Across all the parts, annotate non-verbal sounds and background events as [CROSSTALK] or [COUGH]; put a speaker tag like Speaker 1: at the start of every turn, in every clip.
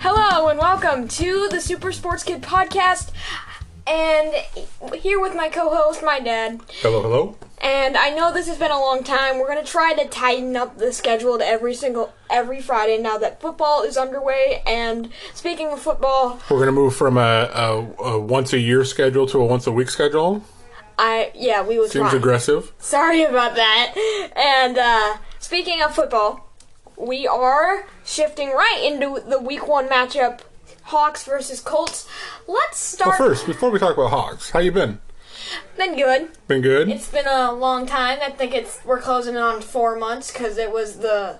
Speaker 1: and welcome to the Super Sports Kid podcast. And here with my co-host, my dad.
Speaker 2: Hello, hello.
Speaker 1: And I know this has been a long time. We're gonna try to tighten up the schedule to every single every Friday now that football is underway. And speaking of football,
Speaker 2: We're going to move from a, a, a once a year schedule to a once a week schedule.
Speaker 1: I yeah we will
Speaker 2: Seems
Speaker 1: try.
Speaker 2: aggressive.
Speaker 1: Sorry about that. And uh, speaking of football, we are shifting right into the Week One matchup: Hawks versus Colts. Let's
Speaker 2: Well,
Speaker 1: start.
Speaker 2: Oh, first, before we talk about Hawks, how you been?
Speaker 1: Been good.
Speaker 2: Been good.
Speaker 1: It's been a long time. I think it's we're closing in on four months because it was the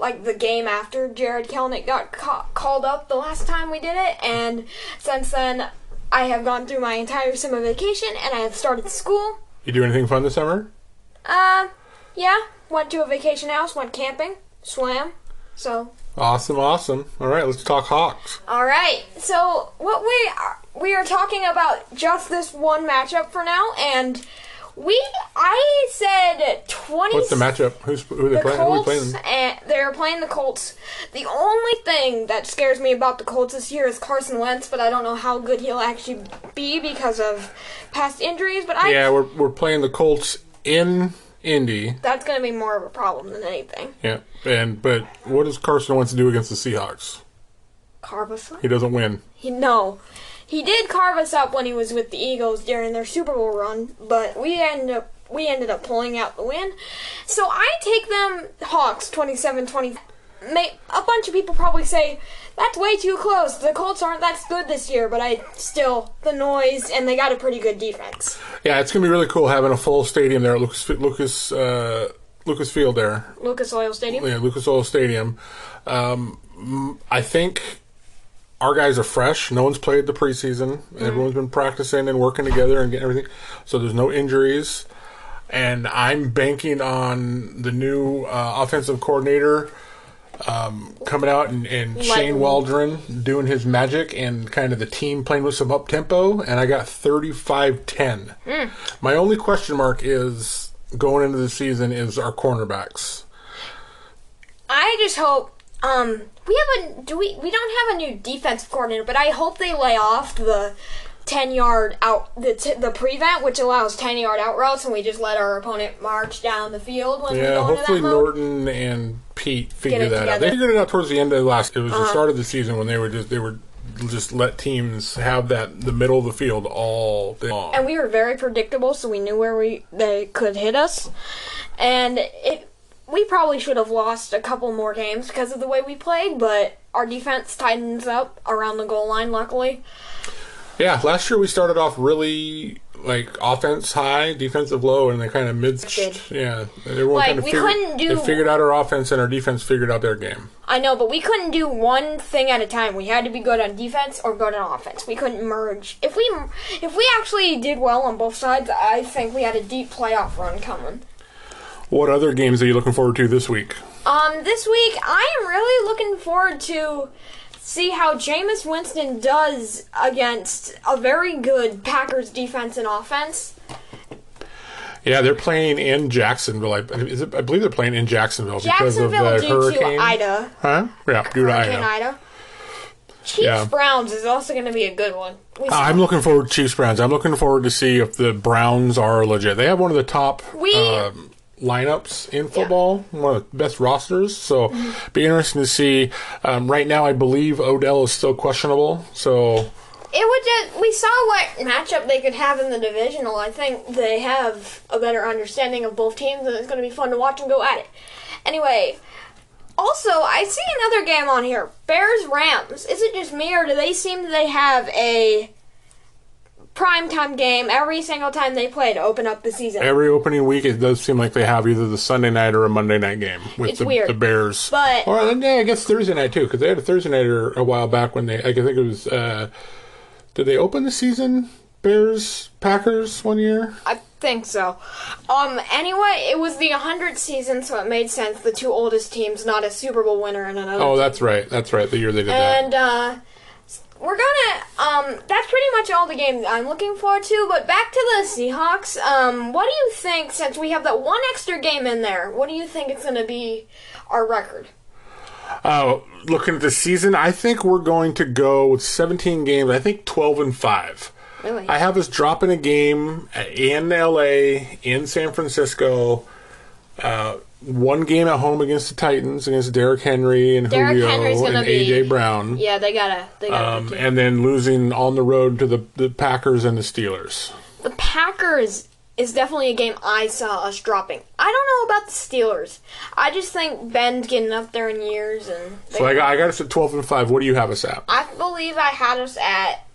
Speaker 1: like the game after Jared Kelnick got ca- called up the last time we did it, and since then I have gone through my entire summer vacation and I have started school.
Speaker 2: you do anything fun this summer?
Speaker 1: Um, yeah, went to a vacation house, went camping, swam. So,
Speaker 2: Awesome, awesome. All right, let's talk Hawks.
Speaker 1: all right. So what we are, we are talking about just this one matchup for now, and we I said twenty.
Speaker 2: What's the matchup? Who's who they
Speaker 1: The
Speaker 2: playing? Who we
Speaker 1: Colts,
Speaker 2: playing?
Speaker 1: and they're playing the Colts. The only thing that scares me about the Colts this year is Carson Wentz, but I don't know how good he'll actually be because of past injuries. But I
Speaker 2: Yeah, we're we're playing the Colts in Indy.
Speaker 1: that's going to be more of a problem than anything.
Speaker 2: Yeah, and but what does Carson wants to do against the Seahawks?
Speaker 1: Carve us up?
Speaker 2: He doesn't win.
Speaker 1: He, no, he did carve us up when he was with the Eagles during their Super Bowl run, but we ended up we ended up pulling out the win. So I take them Hawks 27-20. May, a bunch of people probably say that's way too close. The Colts aren't that good this year, but I still the noise and they got a pretty good defense.
Speaker 2: Yeah, it's gonna be really cool having a full stadium there at Lucas Lucas uh, Lucas Field there
Speaker 1: Lucas Oil Stadium.
Speaker 2: yeah, Lucas Oil Stadium. Um, m- I think our guys are fresh. No one's played the preseason. Everyone's been practicing and working together and getting everything. So there's no injuries. And I'm banking on the new uh, offensive coordinator um, coming out and, and Shane Waldron doing his magic and kind of the team playing with some up tempo. And I got 35 10. My only question mark is going into the season is our cornerbacks.
Speaker 1: I just hope um we have a do we we don't have a new defensive coordinator, but I hope they lay off the ten yard out the t- the prevent, which allows ten yard out routes, and we just let our opponent march down the field when we
Speaker 2: Yeah,
Speaker 1: go into that
Speaker 2: hopefully
Speaker 1: mode.
Speaker 2: Norton and Pete figure
Speaker 1: it
Speaker 2: that out.
Speaker 1: together.
Speaker 2: They
Speaker 1: Uh-huh.
Speaker 2: figured it out towards the end of the last. It was the start of the season when they were just they were just let teams have that the middle of the field all day long.
Speaker 1: and we were very predictable, so we knew where we they could hit us, and it. We probably should have lost a couple more games because of the way we played, but our defense tightens up around the goal line, luckily.
Speaker 2: yeah, last year we started off really like offense high, defensive low, and they kind of mid.
Speaker 1: Good.
Speaker 2: Yeah, everyone
Speaker 1: Like,
Speaker 2: kind of
Speaker 1: we
Speaker 2: figured,
Speaker 1: couldn't do-
Speaker 2: They figured out our offense and our defense figured out their game.
Speaker 1: I know, but we couldn't do one thing at a time. We had to be good on defense or good on offense. We couldn't merge. If we if we actually did well on both sides, I think we had a deep playoff run coming.
Speaker 2: What other games are you looking forward to this week?
Speaker 1: Um, this week I am really looking forward to see how Jameis Winston does against a very good Packers defense and offense.
Speaker 2: Yeah, they're playing in Jacksonville. I, is it, I believe they're playing in Jacksonville,
Speaker 1: Jacksonville
Speaker 2: because of the
Speaker 1: due
Speaker 2: hurricane.
Speaker 1: to Ida,
Speaker 2: Huh? Yeah, due to
Speaker 1: Hurricane
Speaker 2: Ida.
Speaker 1: Ida. Chiefs
Speaker 2: Yeah.
Speaker 1: Browns is also going to be a good one. We
Speaker 2: I'm looking forward to Chiefs Browns. I'm looking forward to see if the Browns are legit. They have one of the top
Speaker 1: We-
Speaker 2: um, lineups in football, one of the best rosters. So, be interesting to see. Um, right now, I believe Odell is still questionable. So,
Speaker 1: It would just we saw what matchup they could have in the divisional. I think they have a better understanding of both teams, and it's going to be fun to watch them go at it. Anyway, also I see another game on here: Bears Rams. Is it just me, or do they seem to they have a primetime game every single time they play to open up the season?
Speaker 2: every opening week, it does seem like they have either the Sunday night or a Monday night game with
Speaker 1: It's
Speaker 2: the,
Speaker 1: weird.
Speaker 2: the Bears.
Speaker 1: But-
Speaker 2: or and, yeah, I guess Thursday night too, because they had a Thursday nighter a while back when they. I think it was. Uh, did they open the season? Bears Packers one year.
Speaker 1: I think so. Um. Anyway, it was the 100th season, so it made sense. The two oldest teams, not a Super Bowl winner and another.
Speaker 2: Oh, that's right. That's right. The year they did that.
Speaker 1: And uh, we're gonna. Um, that's pretty much all the games I'm looking forward to. But back to the Seahawks. Um, what do you think? Since we have that one extra game in there, what do you think it's gonna be our record?
Speaker 2: Uh, looking at the season, I think we're going to go with 17 games. I think 12 and 5.
Speaker 1: Really?
Speaker 2: I have us dropping a game in LA, in San Francisco. Uh, one game at home against the Titans, against Derrick Henry and
Speaker 1: Derrick
Speaker 2: Julio
Speaker 1: Henry's gonna
Speaker 2: and
Speaker 1: be-
Speaker 2: AJ Brown.
Speaker 1: yeah, they gotta. They gotta.
Speaker 2: Um,
Speaker 1: do-
Speaker 2: and then losing on the road to the, the Packers and the Steelers.
Speaker 1: the Packers is definitely a game I saw us dropping. I don't know about the Steelers. I just think Ben's getting up there in years, and they-
Speaker 2: So I got, I got us at 12 and 5. What do you have us at?
Speaker 1: I believe I had us at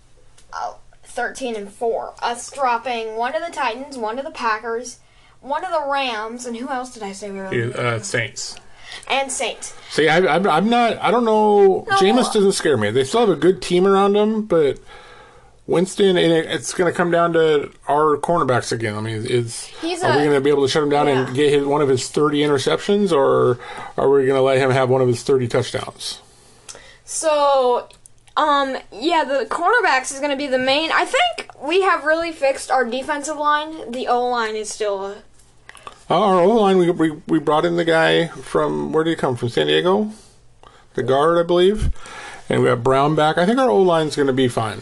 Speaker 1: uh, 13 and 4. Us dropping one of the Titans, one of the Packers, one of the Rams, and who else did I say we were?
Speaker 2: Uh, Saints.
Speaker 1: And Saints.
Speaker 2: See, I, I'm, I'm not. I don't know. Jameis doesn't scare me. They still have a good team around them, but Winston, and it, it's going to come down to our cornerbacks again. I mean, is
Speaker 1: He's
Speaker 2: are
Speaker 1: a-
Speaker 2: we going to be able to shut him down
Speaker 1: Yeah.
Speaker 2: and get his, one of his 30 interceptions, or are we going to let him have one of his 30 touchdowns?
Speaker 1: So, um, yeah, the cornerbacks is going to be the main. I think we have really fixed our defensive line. The O line is still. Uh,
Speaker 2: Uh, our O line, we, we we brought in the guy from where did he come from? San Diego, the guard, I believe, and we got Brown back. I think our O line's going to be fine.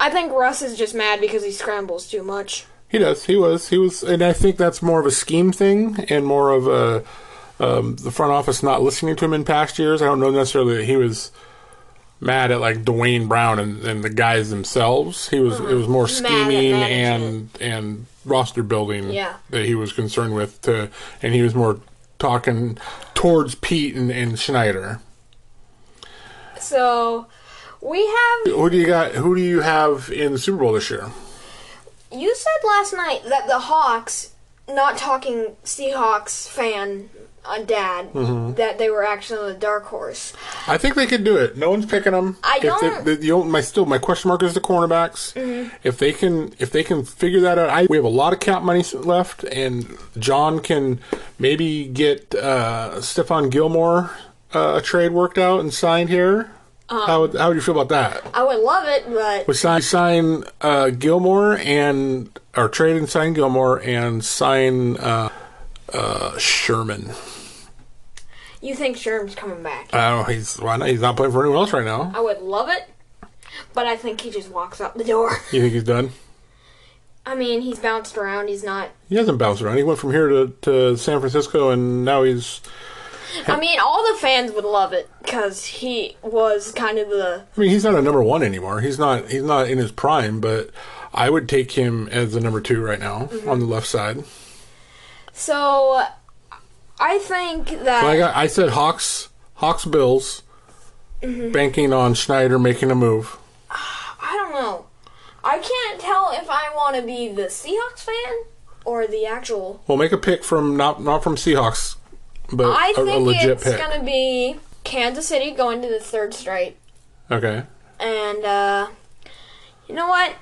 Speaker 1: I think Russ is just mad because he scrambles too much.
Speaker 2: He does. He was. He was. And I think that's more of a scheme thing and more of a um, the front office not listening to him in past years. I don't know necessarily that he was mad at like Dwayne Brown and, and the guys themselves. He was. It was more
Speaker 1: Mm-hmm. Mad at
Speaker 2: scheming and
Speaker 1: management.
Speaker 2: and roster building
Speaker 1: Yeah.
Speaker 2: that he was concerned with. To and he was more talking towards Pete and, and Schneider.
Speaker 1: So, we have.
Speaker 2: Who do you got? Who do you have in the Super Bowl this year?
Speaker 1: You said last night that the Hawks, not talking Seahawks fan uh, dad, that they were actually the dark horse.
Speaker 2: I think they could do it. No one's picking them.
Speaker 1: I don't- Mm-hmm.
Speaker 2: They, the, the, only- my still my question mark is the cornerbacks. If they can if they can figure that out, I, we have a lot of cap money left, and John can maybe get uh, Stephon Gilmore uh, a trade worked out and signed here.
Speaker 1: Uh.
Speaker 2: how would how would you feel about that?
Speaker 1: I would love it, but
Speaker 2: We sign sign uh, Gilmore and or trade and sign Gilmore and sign uh, uh, Sherman.
Speaker 1: you think Sherm's coming back.
Speaker 2: I don't know. He's well, I know he's not playing for anyone else right now.
Speaker 1: I would love it, but I think he just walks out the door. [LAUGHS]
Speaker 2: You think he's done?
Speaker 1: I mean, he's bounced around. He's not.
Speaker 2: He hasn't bounced around. He went from here to, to San Francisco, and now he's.
Speaker 1: I mean, all the fans would love it because he was kind of the.
Speaker 2: I mean, he's not a number one anymore. He's not. He's not in his prime, but I would take him as the number two right now
Speaker 1: Mm-hmm.
Speaker 2: on the left side.
Speaker 1: So, I think that.
Speaker 2: I got. I said Hawks. Hawks Bills.
Speaker 1: Mm-hmm.
Speaker 2: Banking on Schneider making a move.
Speaker 1: I don't know. I can't tell if I want to be the Seahawks fan or the actual.
Speaker 2: We'll make a pick from not not from Seahawks, but
Speaker 1: I
Speaker 2: a- a,
Speaker 1: think
Speaker 2: legit
Speaker 1: it's
Speaker 2: pick.
Speaker 1: gonna be Kansas City going to the third straight,
Speaker 2: Okay.
Speaker 1: and uh, you know what?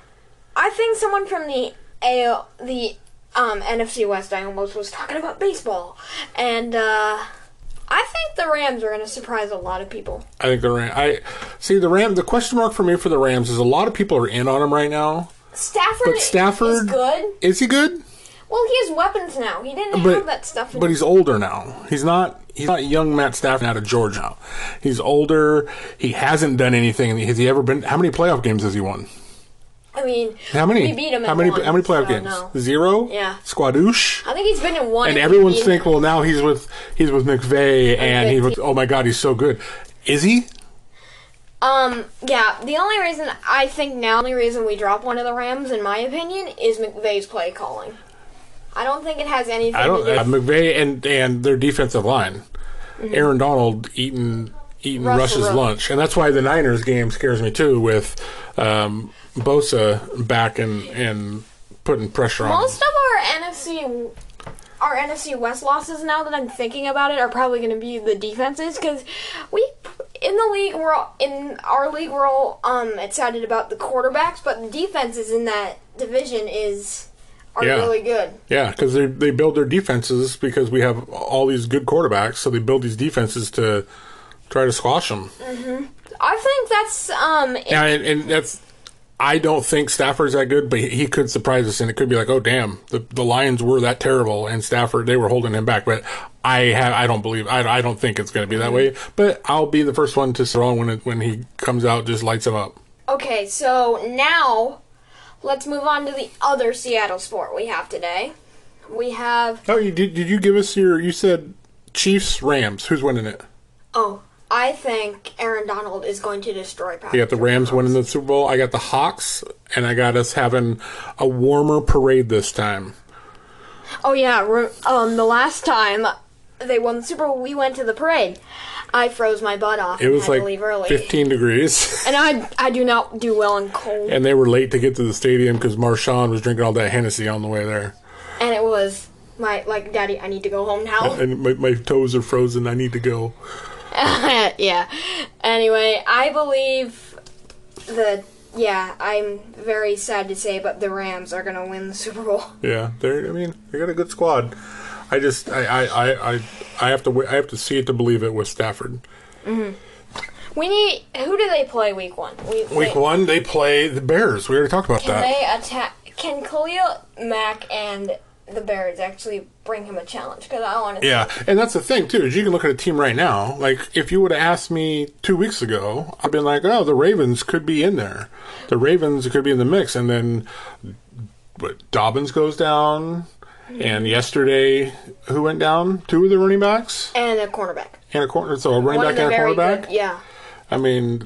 Speaker 1: I think someone from the AO, the um, NFC West, I almost was talking about baseball, and uh, I think the Rams are gonna surprise a lot of people.
Speaker 2: I think the Ram. I see the Ram. The question mark for me for the Rams is a lot of people are in on him right now.
Speaker 1: Stafford,
Speaker 2: But Stafford-
Speaker 1: is good.
Speaker 2: Is he good?
Speaker 1: Well, he has weapons now. He didn't
Speaker 2: But-
Speaker 1: have that stuff.
Speaker 2: But he's older now. He's not. He's not young Matt Stafford out of Georgia. Now. He's older. He hasn't done anything. Has he ever been? How many playoff games has he won?
Speaker 1: I mean,
Speaker 2: How many?
Speaker 1: We beat him.
Speaker 2: How
Speaker 1: in
Speaker 2: many?
Speaker 1: One,
Speaker 2: how many playoff
Speaker 1: so
Speaker 2: games?
Speaker 1: no.
Speaker 2: Zero.
Speaker 1: Yeah.
Speaker 2: Squadoosh.
Speaker 1: I think he's been in one.
Speaker 2: And
Speaker 1: we
Speaker 2: everyone's
Speaker 1: beat
Speaker 2: think,
Speaker 1: him.
Speaker 2: well, now he's with he's with McVay, and
Speaker 1: good
Speaker 2: he was. Oh my God, he's so good. Is he?
Speaker 1: Um, yeah. The only reason I think now, the only reason we drop one of the Rams, in my opinion, is McVay's play calling. I don't think it has anything.
Speaker 2: I don't.
Speaker 1: To do.
Speaker 2: Uh, McVay and and their defensive line. Aaron Donald eating eating
Speaker 1: Mm-hmm. Russell
Speaker 2: Rush's
Speaker 1: Wilson.
Speaker 2: lunch, and that's why the Niners game scares me too. With um, Bosa back and and putting pressure on.
Speaker 1: Most
Speaker 2: him.
Speaker 1: of our NFC, our NFC West losses now that I'm thinking about it are probably going to be the defenses because we in the league we're all, in our league we're all um excited about the quarterbacks, but the defenses in that division is are
Speaker 2: Yeah.
Speaker 1: really good.
Speaker 2: Yeah, because they they build their defenses because we have all these good quarterbacks, so they build these defenses to try to squash them.
Speaker 1: I think that's um
Speaker 2: Yeah, and, and that's. I don't think Stafford's that good, but he- he could surprise us, and it could be like, oh damn, the the Lions were that terrible, and Stafford they were holding him back. But I have. I don't believe. I, I don't think it's going to be that way. But I'll be the first one to sit on when it, when he comes out. Just lights him up.
Speaker 1: Okay, so now let's move on to the other Seattle sport we have today. We have
Speaker 2: Oh, you did. Did you give us your? You said Chiefs Rams. Who's winning it?
Speaker 1: oh, I think Aaron Donald is going to destroy Patrick.
Speaker 2: You got the Rams winning the Super Bowl. I got the Hawks, and I got us having a warmer parade this time.
Speaker 1: Oh yeah, re- um, the last time they won the Super Bowl, we went to the parade. I froze my butt off.
Speaker 2: It was
Speaker 1: and had
Speaker 2: like
Speaker 1: to leave early,
Speaker 2: 15 degrees, [LAUGHS]
Speaker 1: and I I do not do well in cold,
Speaker 2: and they were late to get to the stadium because Marshawn was drinking all that Hennessy on the way there.
Speaker 1: and it was my like daddy. I need to go home
Speaker 2: [LAUGHS]
Speaker 1: now.
Speaker 2: And my, my toes are frozen. I need to go.
Speaker 1: [LAUGHS] yeah. Anyway, I believe the yeah. I'm very sad to say, but the Rams are gonna win the Super Bowl. [LAUGHS]
Speaker 2: Yeah, they're. I mean, they got a good squad. I just, I, I, I, I, I have to, wa- I have to see it to believe it with Stafford.
Speaker 1: We need. Who do they play Week One? We,
Speaker 2: Week one, they play the Bears. We already talked about
Speaker 1: Can
Speaker 2: that.
Speaker 1: they attack? Can Khalil Mack and the Bears actually bring him a challenge? Because I want to.
Speaker 2: Yeah, and that's the thing too is you can look at a team right now. Like if you would have asked me two weeks ago, I've been like, oh, the Ravens could be in there. The Ravens could be in the mix, and then but Dobbins goes down. And yesterday, who went down? Two of the running backs
Speaker 1: And a cornerback.
Speaker 2: and a corner. So a running
Speaker 1: One of
Speaker 2: back
Speaker 1: the
Speaker 2: and a
Speaker 1: very
Speaker 2: quarterback.
Speaker 1: good. Yeah.
Speaker 2: I mean,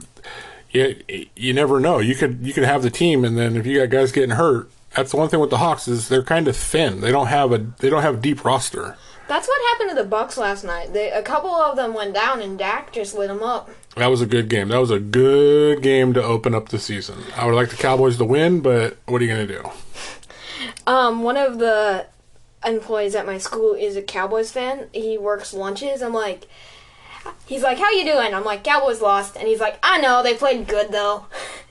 Speaker 2: you, you never know. You could you could have the team, and then if you got guys getting hurt, that's the one thing with the Hawks is they're kind of thin. They don't have a they don't have a deep roster.
Speaker 1: That's what happened to the Bucks last night. They, a couple of them went down, and Dak just lit them up.
Speaker 2: That was a good game. That was a good game to open up the season. I would like the Cowboys to win, but what are you going to do?
Speaker 1: Um, one of the employees at my school is a Cowboys fan. He works lunches. I'm like, he's like, how you doing? I'm like, Cowboys lost, and he's like, I know they played good though. [LAUGHS]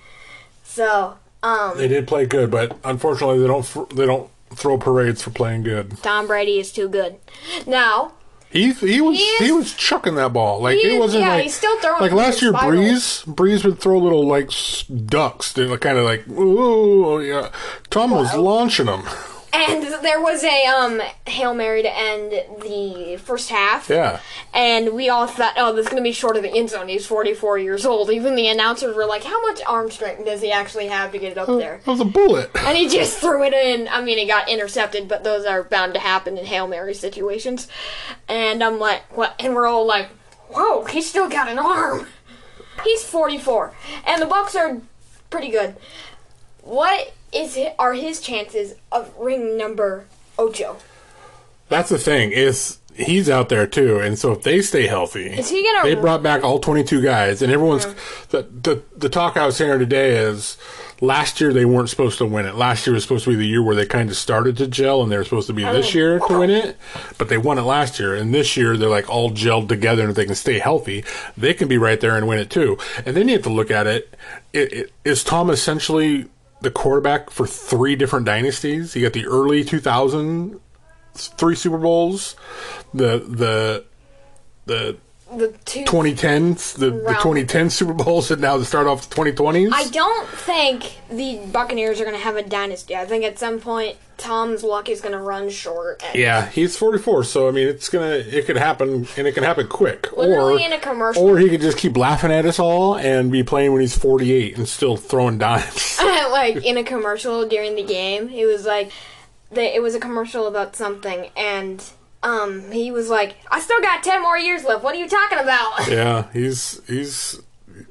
Speaker 1: so, um,
Speaker 2: They did play good, but unfortunately, they don't fr- they don't throw parades for playing good.
Speaker 1: Tom Brady is too good. Now,
Speaker 2: He he was
Speaker 1: He is-
Speaker 2: he, was chucking that ball like
Speaker 1: He
Speaker 2: it
Speaker 1: is-
Speaker 2: wasn't
Speaker 1: yeah,
Speaker 2: like
Speaker 1: he's still throwing
Speaker 2: like
Speaker 1: it
Speaker 2: last
Speaker 1: in
Speaker 2: year.
Speaker 1: spiral.
Speaker 2: Breeze Breeze would throw little like s- ducks. They're like, kind of like ooh yeah. Tom was launching them.
Speaker 1: and there was a um hail mary to end the first half.
Speaker 2: Yeah,
Speaker 1: And we all thought, oh, this is going to be short of the end zone. He's 44 years old. Even the announcers were like, how much arm strength does he actually have to get it up there?
Speaker 2: that was a bullet.
Speaker 1: And he just [LAUGHS] threw it in. I mean, it got intercepted, but those are bound to happen in Hail Mary situations. And I'm like, what? And we're all like, whoa, he's still got an arm. He's 44. And the Bucks are pretty good. What is hi- are his chances of ring number Ocho?
Speaker 2: That's the thing is he's out there too, and so if they stay healthy,
Speaker 1: Is he gonna-
Speaker 2: They brought back all twenty-two guys, and everyone's the, the the talk I was hearing today is last year they weren't supposed to win it. Last year was supposed to be the year where they kind of started to gel, and they were supposed to
Speaker 1: Oh.
Speaker 2: be this year to win it, but they won it last year, and this year they're like all gelled together, and if they can stay healthy, they can be right there and win it too. And then you have to look at it. it, it is Tom essentially the quarterback for three different dynasties? You got the early two thousand three Super Bowls, the the the
Speaker 1: The two.
Speaker 2: 2010s, the, the
Speaker 1: Round.
Speaker 2: 2010 Super Bowls, and now the start off the 2020s.
Speaker 1: I don't think the Buccaneers are going to have a dynasty. I think at some point Tom's luck is going to run short. And
Speaker 2: yeah, he's 44, so I mean, it's gonna, it could happen, and it can happen quick.
Speaker 1: Literally
Speaker 2: or
Speaker 1: in a commercial.
Speaker 2: or he could just keep laughing at us all and be playing when he's 48 and still
Speaker 1: [LAUGHS]
Speaker 2: throwing dimes.
Speaker 1: like in a commercial during the game, he was like, they, it was a commercial about something, and um, he was like, I still got ten more years left. What are you talking about? [LAUGHS]
Speaker 2: yeah, he's he's.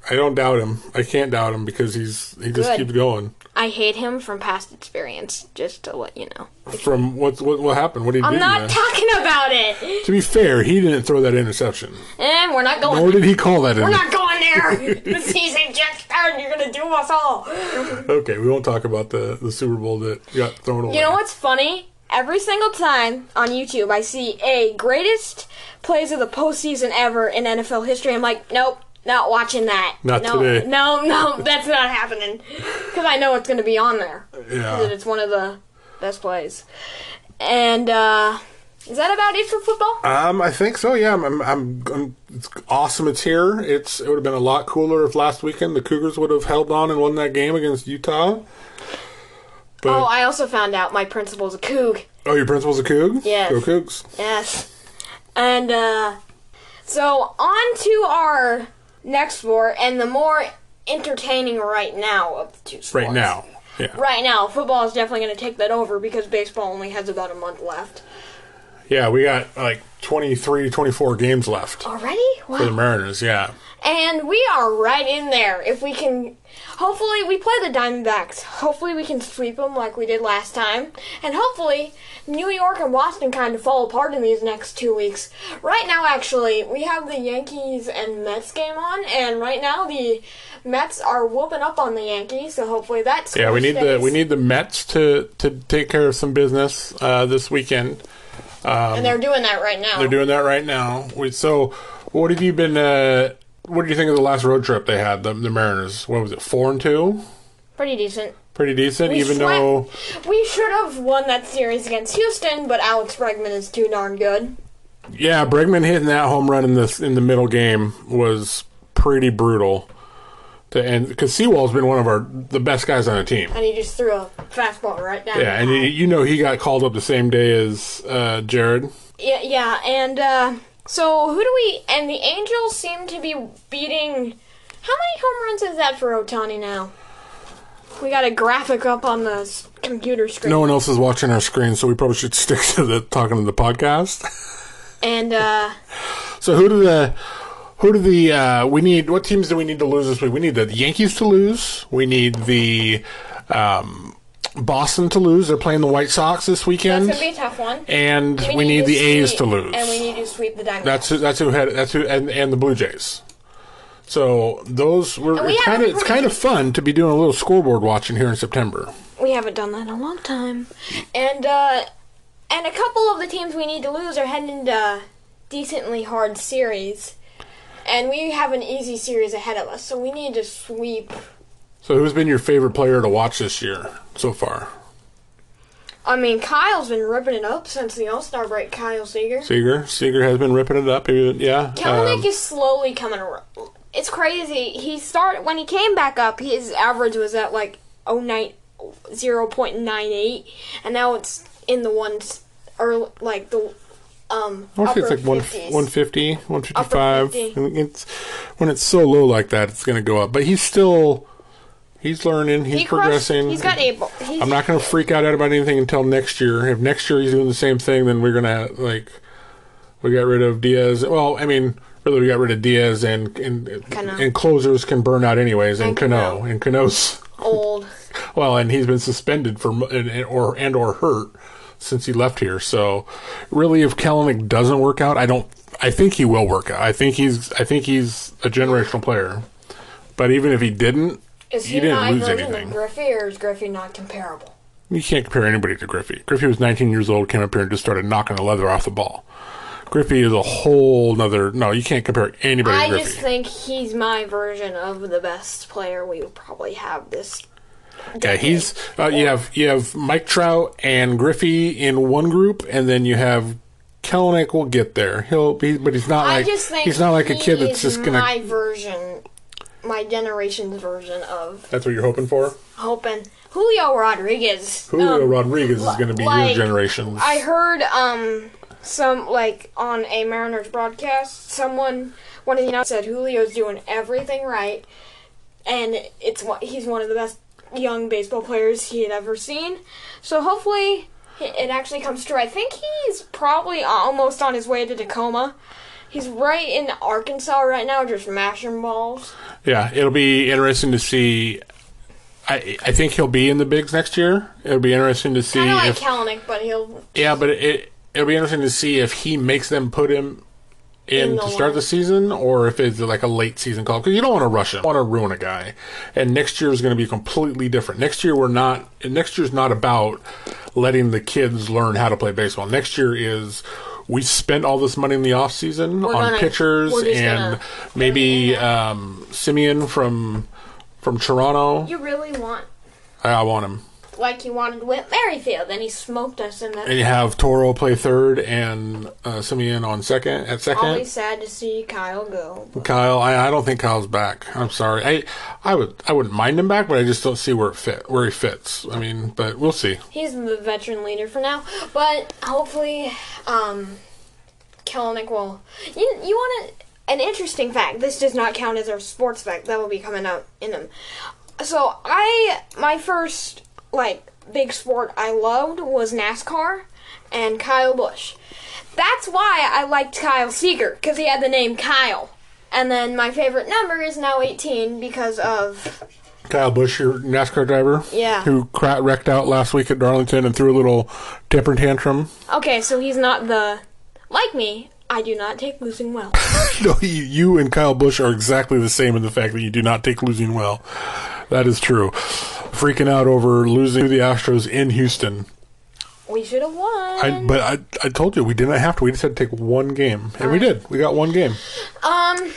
Speaker 2: I don't doubt him. I can't doubt him because he's he just
Speaker 1: Good.
Speaker 2: keeps going.
Speaker 1: I hate him from past experience. Just to let you know,
Speaker 2: From what what what happened? What did he do?
Speaker 1: I'm
Speaker 2: to
Speaker 1: not
Speaker 2: you?
Speaker 1: talking about it,
Speaker 2: to be fair, he didn't throw that interception.
Speaker 1: and we're not going.
Speaker 2: Or did he call that
Speaker 1: we're
Speaker 2: in?
Speaker 1: not going there. [LAUGHS] the season just started. You're gonna do us all.
Speaker 2: Okay, we won't talk about the, the Super Bowl that got thrown away.
Speaker 1: You know what's funny? Every single time on YouTube, I see a greatest plays of the postseason ever in NFL history. I'm like, nope, not watching that.
Speaker 2: Not
Speaker 1: no,
Speaker 2: today.
Speaker 1: No, no, that's not happening. Because I know it's going to be on there. That
Speaker 2: Yeah.
Speaker 1: it's one of the best plays. And uh, is that about it for football?
Speaker 2: Um, I think so. Yeah, I'm, I'm, I'm, I'm. It's awesome. It's here. It's. It would have been a lot cooler if last weekend the Cougars would have held on and won that game against Utah. But
Speaker 1: oh,
Speaker 2: oh,
Speaker 1: I also found out my principal's a kook.
Speaker 2: your principal's a Coug.
Speaker 1: Yes.
Speaker 2: Go Cougs.
Speaker 1: Yes. And uh, so on to our next sport and the more entertaining right now of the two sports.
Speaker 2: right now. Yeah.
Speaker 1: Right now, football is definitely going to take that over because baseball only has about a month left.
Speaker 2: Yeah, we got like 23, 24 games left
Speaker 1: Already?
Speaker 2: for the
Speaker 1: Wow.
Speaker 2: Mariners. Yeah.
Speaker 1: And we are right in there. If we can, hopefully, we play the Diamondbacks. Hopefully, we can sweep them like we did last time. And hopefully, New York and Boston kind of fall apart in these next two weeks. Right now, actually, we have the Yankees and Mets game on, and right now the Mets are whooping up on the Yankees. So hopefully, that's
Speaker 2: Yeah, we need the we need the Mets to to take care of some business uh, this weekend.
Speaker 1: and they're doing that right now.
Speaker 2: They're doing that right now. We, so, what have you been? Uh, what do you think of the last road trip they had? The, the Mariners. What was it? Four and two.
Speaker 1: Pretty decent.
Speaker 2: Pretty decent,
Speaker 1: We
Speaker 2: even
Speaker 1: swept-
Speaker 2: though
Speaker 1: we should have won that series against Houston, but Alex Bregman is too darn good.
Speaker 2: yeah, Bregman hitting that home run in the in the middle game was pretty brutal. To, and because Seawall's been one of our the best guys on the team.
Speaker 1: And he just threw a fastball right down.
Speaker 2: Yeah, and you, you know he got called up the same day as uh, Jared.
Speaker 1: Yeah, yeah, and uh, so who do we? And the Angels seem to be beating. How many home runs is that for Otani now? We got a graphic up on the s- computer screen.
Speaker 2: No one else is watching our screen, so we probably should [LAUGHS] stick to the talking to the podcast.
Speaker 1: And uh,
Speaker 2: So who do the who do the uh, we need? What teams do we need to lose this week? We need the Yankees to lose. We need the um, Boston to lose. They're playing the White Sox this
Speaker 1: that's
Speaker 2: weekend,
Speaker 1: gonna be a tough one.
Speaker 2: and we, need
Speaker 1: to
Speaker 2: the A's
Speaker 1: sweep-
Speaker 2: to lose.
Speaker 1: And we need to sweep the Diamondbacks.
Speaker 2: That's who, that's who had that's who and, and the Blue Jays. So those were
Speaker 1: we
Speaker 2: it's
Speaker 1: have
Speaker 2: kind
Speaker 1: a
Speaker 2: of it's
Speaker 1: pretty-
Speaker 2: kind of fun to be doing a little scoreboard watching here in September.
Speaker 1: we haven't done that in a long time. And uh, and a couple of the teams we need to lose are heading into decently hard series. And we have an easy series ahead of us, so we need to sweep
Speaker 2: So who's been your favorite player to watch this year so far?
Speaker 1: I mean, Kyle's been ripping it up since the All Star break. Kyle Seager.
Speaker 2: Seager. Seager has been ripping it up. He- Yeah.
Speaker 1: Kelenic
Speaker 2: um,
Speaker 1: is slowly coming around. It's crazy. He started when he came back up. His average was at like 09 0.98, and now it's in the ones or like the um.
Speaker 2: I want to say it's
Speaker 1: upper
Speaker 2: like one,
Speaker 1: 50s.
Speaker 2: 150, 155.
Speaker 1: 50.
Speaker 2: And It's, when it's so low like that, it's going to go up. But he's still, he's learning, he's
Speaker 1: He crushed-
Speaker 2: progressing.
Speaker 1: He's got able. He's,
Speaker 2: I'm not [LAUGHS] going to freak out about anything until next year. If next year he's doing the same thing, then we're going to like we got rid of Diaz. Well, I mean, really, we got rid of Diaz and and,
Speaker 1: Cano.
Speaker 2: and closers can burn out anyways, and,
Speaker 1: And
Speaker 2: Cano.
Speaker 1: Cano.
Speaker 2: and Cano's
Speaker 1: old.
Speaker 2: well, and he's been suspended for mo- and, and- or and or hurt since he left here. So really, if Kellenic doesn't work out, I don't. I think he will work out. I think he's. I think he's a generational player. But even if he didn't,
Speaker 1: Is
Speaker 2: he,
Speaker 1: he
Speaker 2: didn't
Speaker 1: not
Speaker 2: lose
Speaker 1: version
Speaker 2: anything.
Speaker 1: of Griffey, or is Griffey not comparable?
Speaker 2: You can't compare anybody to Griffey. Griffey was 19 years old, came up here and just started knocking the leather off the ball. Griffey is a whole nother. No, you can't compare anybody
Speaker 1: I
Speaker 2: to Griffey.
Speaker 1: just think he's my version of the best player we will probably have this.
Speaker 2: yeah, he's. Uh, you have you have Mike Trout and Griffey in one group, and then you have Kellenick. will get there. He'll be, but he's not
Speaker 1: I
Speaker 2: like
Speaker 1: just think
Speaker 2: he's not like a
Speaker 1: he
Speaker 2: kid that's
Speaker 1: is
Speaker 2: just gonna.
Speaker 1: my version, my generation's version of
Speaker 2: that's what you're hoping
Speaker 1: Um,
Speaker 2: for.
Speaker 1: hoping Julio Rodriguez.
Speaker 2: Julio
Speaker 1: Um,
Speaker 2: Rodriguez is going to be
Speaker 1: like,
Speaker 2: your generation.
Speaker 1: I heard um some like on a Mariners broadcast, someone one of the announcers said Julio's doing everything right, and it's one- he's one of the best young baseball players he had ever seen. So hopefully it it actually comes true. I think he's probably almost on his way to Tacoma. He's right in Arkansas right now, just mashing balls.
Speaker 2: Yeah, it'll be interesting to see. I I think he'll be in the bigs next year. It'll be interesting to see
Speaker 1: Kind of like
Speaker 2: if
Speaker 1: Kalanick, but he'll
Speaker 2: Yeah, but it it'll be interesting to see if he makes them put him in,
Speaker 1: In the
Speaker 2: to start the season or if it's like a late season call because you don't want to rush him, want to ruin a guy. And next year is going to be completely different. Next year we're not. and Next year's not about letting the kids learn how to play baseball. Next year is. We spent all this money in the off season on
Speaker 1: gonna-
Speaker 2: pitchers
Speaker 1: we're just
Speaker 2: and
Speaker 1: gonna-
Speaker 2: maybe um, Simeon from from Toronto.
Speaker 1: you really want
Speaker 2: I, I want him.
Speaker 1: like he wanted Whit Merrifield, and he smoked us in that
Speaker 2: And you have Toro play third and uh, Simeon on second at second.
Speaker 1: Always sad to see Kyle go.
Speaker 2: Kyle, I, I don't think Kyle's back. I'm sorry. I I would I wouldn't mind him back, but I just don't see where it fit where he fits. I mean, but we'll see.
Speaker 1: He's the veteran leader for now, but hopefully, um, Kellenic will. You you want a, an interesting fact? This does not count as a sports fact. That will be coming out in them. So I my first like big sport I loved was NASCAR and Kyle Busch. That's why I liked Kyle Seeger because he had the name Kyle. And then my favorite number is now 18 because of
Speaker 2: Kyle Busch, your NASCAR driver,
Speaker 1: Yeah.
Speaker 2: who cra- wrecked out last week at Darlington and threw a little temper tantrum.
Speaker 1: Okay, so he's not the like me. I do not take losing well.
Speaker 2: [LAUGHS] no, you, you and Kyle Bush are exactly the same in the fact that you do not take losing well. That is true. Freaking out over losing to the Astros in Houston.
Speaker 1: We should have won.
Speaker 2: I, but I, I told you we didn't have to. We just had to take one game, and we did. We got one game.
Speaker 1: um,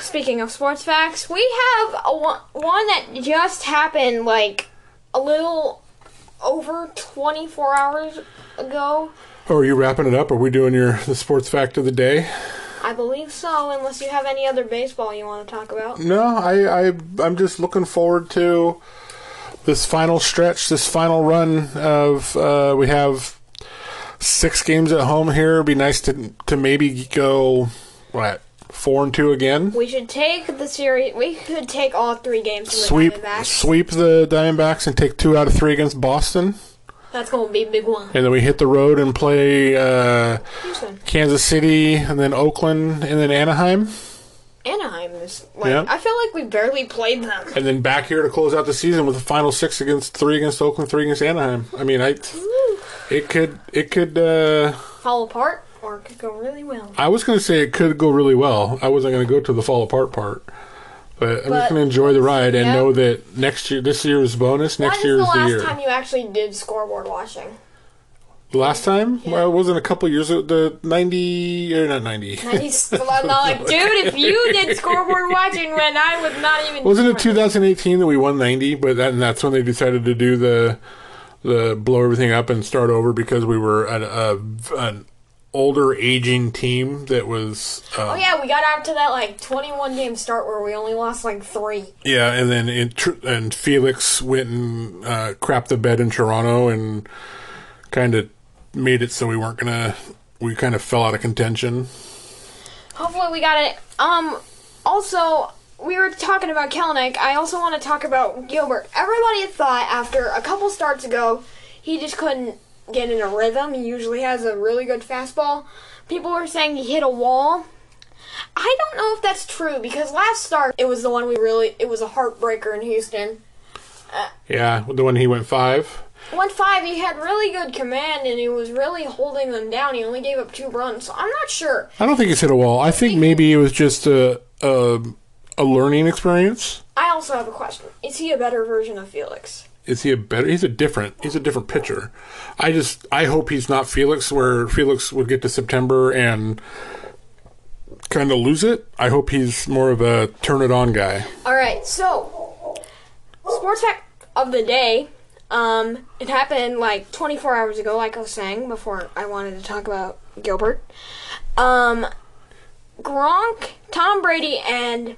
Speaker 1: speaking of sports facts, we have a one, one that just happened like a little over 24 hours ago.
Speaker 2: Oh, are you wrapping it up? Are we doing your the sports fact of the day?
Speaker 1: I believe so, unless you have any other baseball you want to talk about.
Speaker 2: No, I, I I'm just looking forward to this final stretch, this final run of uh, we have six games at home here. It'd be nice to to maybe go what four and two again.
Speaker 1: We should take the series. We could take all three games from the
Speaker 2: Sweep
Speaker 1: Diamondbacks.
Speaker 2: sweep the Diamondbacks and take two out of three against Boston,
Speaker 1: That's gonna be a big one.
Speaker 2: and then we hit the road and play uh,
Speaker 1: Houston,
Speaker 2: Kansas City and then Oakland and then Anaheim,
Speaker 1: Anaheim is like
Speaker 2: Yeah.
Speaker 1: I feel like we barely played them.
Speaker 2: and then back here to close out the season with the final six against three against Oakland, three against Anaheim. I mean, I. It could. It could. Uh,
Speaker 1: fall apart or it could go really well.
Speaker 2: I was going to say it could go really well. I wasn't going to go to the fall apart part, but I'm
Speaker 1: But-
Speaker 2: just going to enjoy the ride and
Speaker 1: Yeah.
Speaker 2: know that next year, this year is bonus. Next
Speaker 1: When's
Speaker 2: year
Speaker 1: the
Speaker 2: is the
Speaker 1: last
Speaker 2: year.
Speaker 1: time you actually did scoreboard watching?
Speaker 2: last time, well, it wasn't a couple years. ago, The ninety or not ninety.
Speaker 1: And he's I'm not
Speaker 2: [LAUGHS]
Speaker 1: like, dude, if you did scoreboard watching when I was not even
Speaker 2: wasn't it
Speaker 1: born."
Speaker 2: 2018 that we won 90? But that, and that's when they decided to do the the blow everything up and start over because we were an, a, an older aging team that was. Um,
Speaker 1: Oh yeah, we got out to that like 21 game start where we only lost like three.
Speaker 2: Yeah, and then in, Tr- and Felix went and uh, crapped the bed in Toronto and kind of made it so we weren't gonna. We kind of fell out of contention.
Speaker 1: Hopefully we got it. Um, also. We were talking about Kelnick. I also want to talk about Gilbert. Everybody thought after a couple starts ago, he just couldn't get in a rhythm. He usually has a really good fastball. People were saying he hit a wall. I don't know if that's true because last start it was the one we really it was a heartbreaker in Houston.
Speaker 2: Yeah, the one he went five.
Speaker 1: One five, he had really good command and he was really holding them down. He only gave up two runs, so I'm not sure.
Speaker 2: I don't think he's hit a wall. I think maybe it was just a a, a learning experience.
Speaker 1: I also have a question: Is he a better version of Felix?
Speaker 2: Is he a better? He's a different. He's a different pitcher. I just I hope he's not Felix, where Felix would get to September and kind of lose it. I hope he's more of a turn it on guy.
Speaker 1: All right, so sports fact of the day. Um, it happened like 24 hours ago, like I was saying before. I wanted to talk about Gilbert. Um, Gronk, Tom Brady, and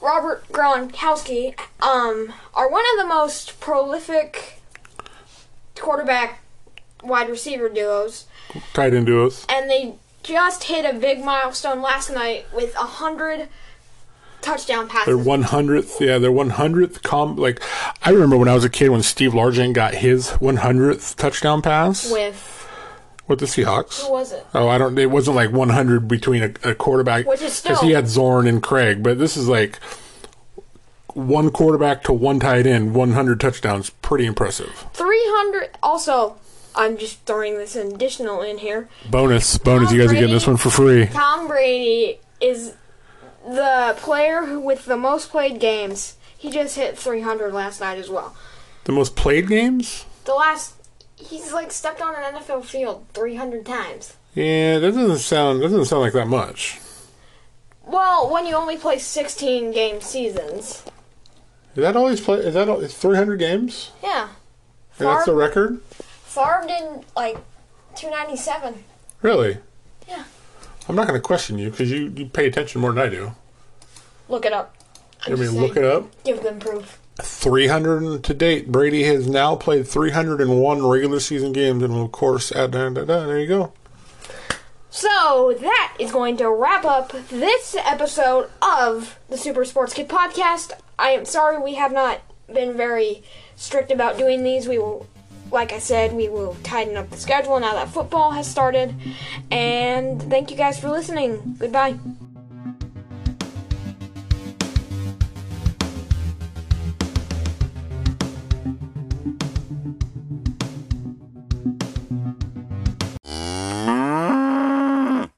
Speaker 1: Robert Gronkowski um, are one of the most prolific quarterback wide receiver duos
Speaker 2: Tied into us.
Speaker 1: and they just hit a big milestone last night with 100 touchdown
Speaker 2: Their
Speaker 1: passes.
Speaker 2: one hundredth, yeah, their one hundredth com. Like, I remember when I was a kid when Steve Largent got his one hundredth touchdown pass with,
Speaker 1: With
Speaker 2: the Seahawks.
Speaker 1: who was it?
Speaker 2: Oh, I don't. It wasn't like one hundred between a, a quarterback,
Speaker 1: Which is still-
Speaker 2: he had Zorn and Craig, but this is like one quarterback to one tight end, one hundred touchdowns. Pretty impressive.
Speaker 1: 300. Also, I'm just throwing this additional in here.
Speaker 2: Bonus, bonus.
Speaker 1: Tom
Speaker 2: You guys are
Speaker 1: Brady.
Speaker 2: getting this one for free.
Speaker 1: Tom Brady is the player who, with the most played games. He just hit 300 last night as well.
Speaker 2: The most played games.
Speaker 1: The last. He's like stepped on an NFL field 300 times.
Speaker 2: Yeah, that doesn't sound. That doesn't sound like that much.
Speaker 1: Well, when you only play 16 game seasons.
Speaker 2: Is that always play? Is that all, is 300 games?
Speaker 1: Yeah.
Speaker 2: And that's the
Speaker 1: Favre-
Speaker 2: record?
Speaker 1: Favre did like 297.
Speaker 2: Really?
Speaker 1: Yeah.
Speaker 2: I'm not going to question you because you, you pay attention more than I do.
Speaker 1: Look it up.
Speaker 2: I mean,
Speaker 1: just
Speaker 2: look it
Speaker 1: saying.
Speaker 2: up.
Speaker 1: Give them proof.
Speaker 2: 300 to date. Brady has now played 301 regular season games, and of course, at da, da, da, there you go.
Speaker 1: So that is going to wrap up this episode of the Super Sports Kid podcast. I am sorry we have not been very strict about doing these. We will, like I said, we will tighten up the schedule now that football has started. And thank you guys for listening. Goodbye.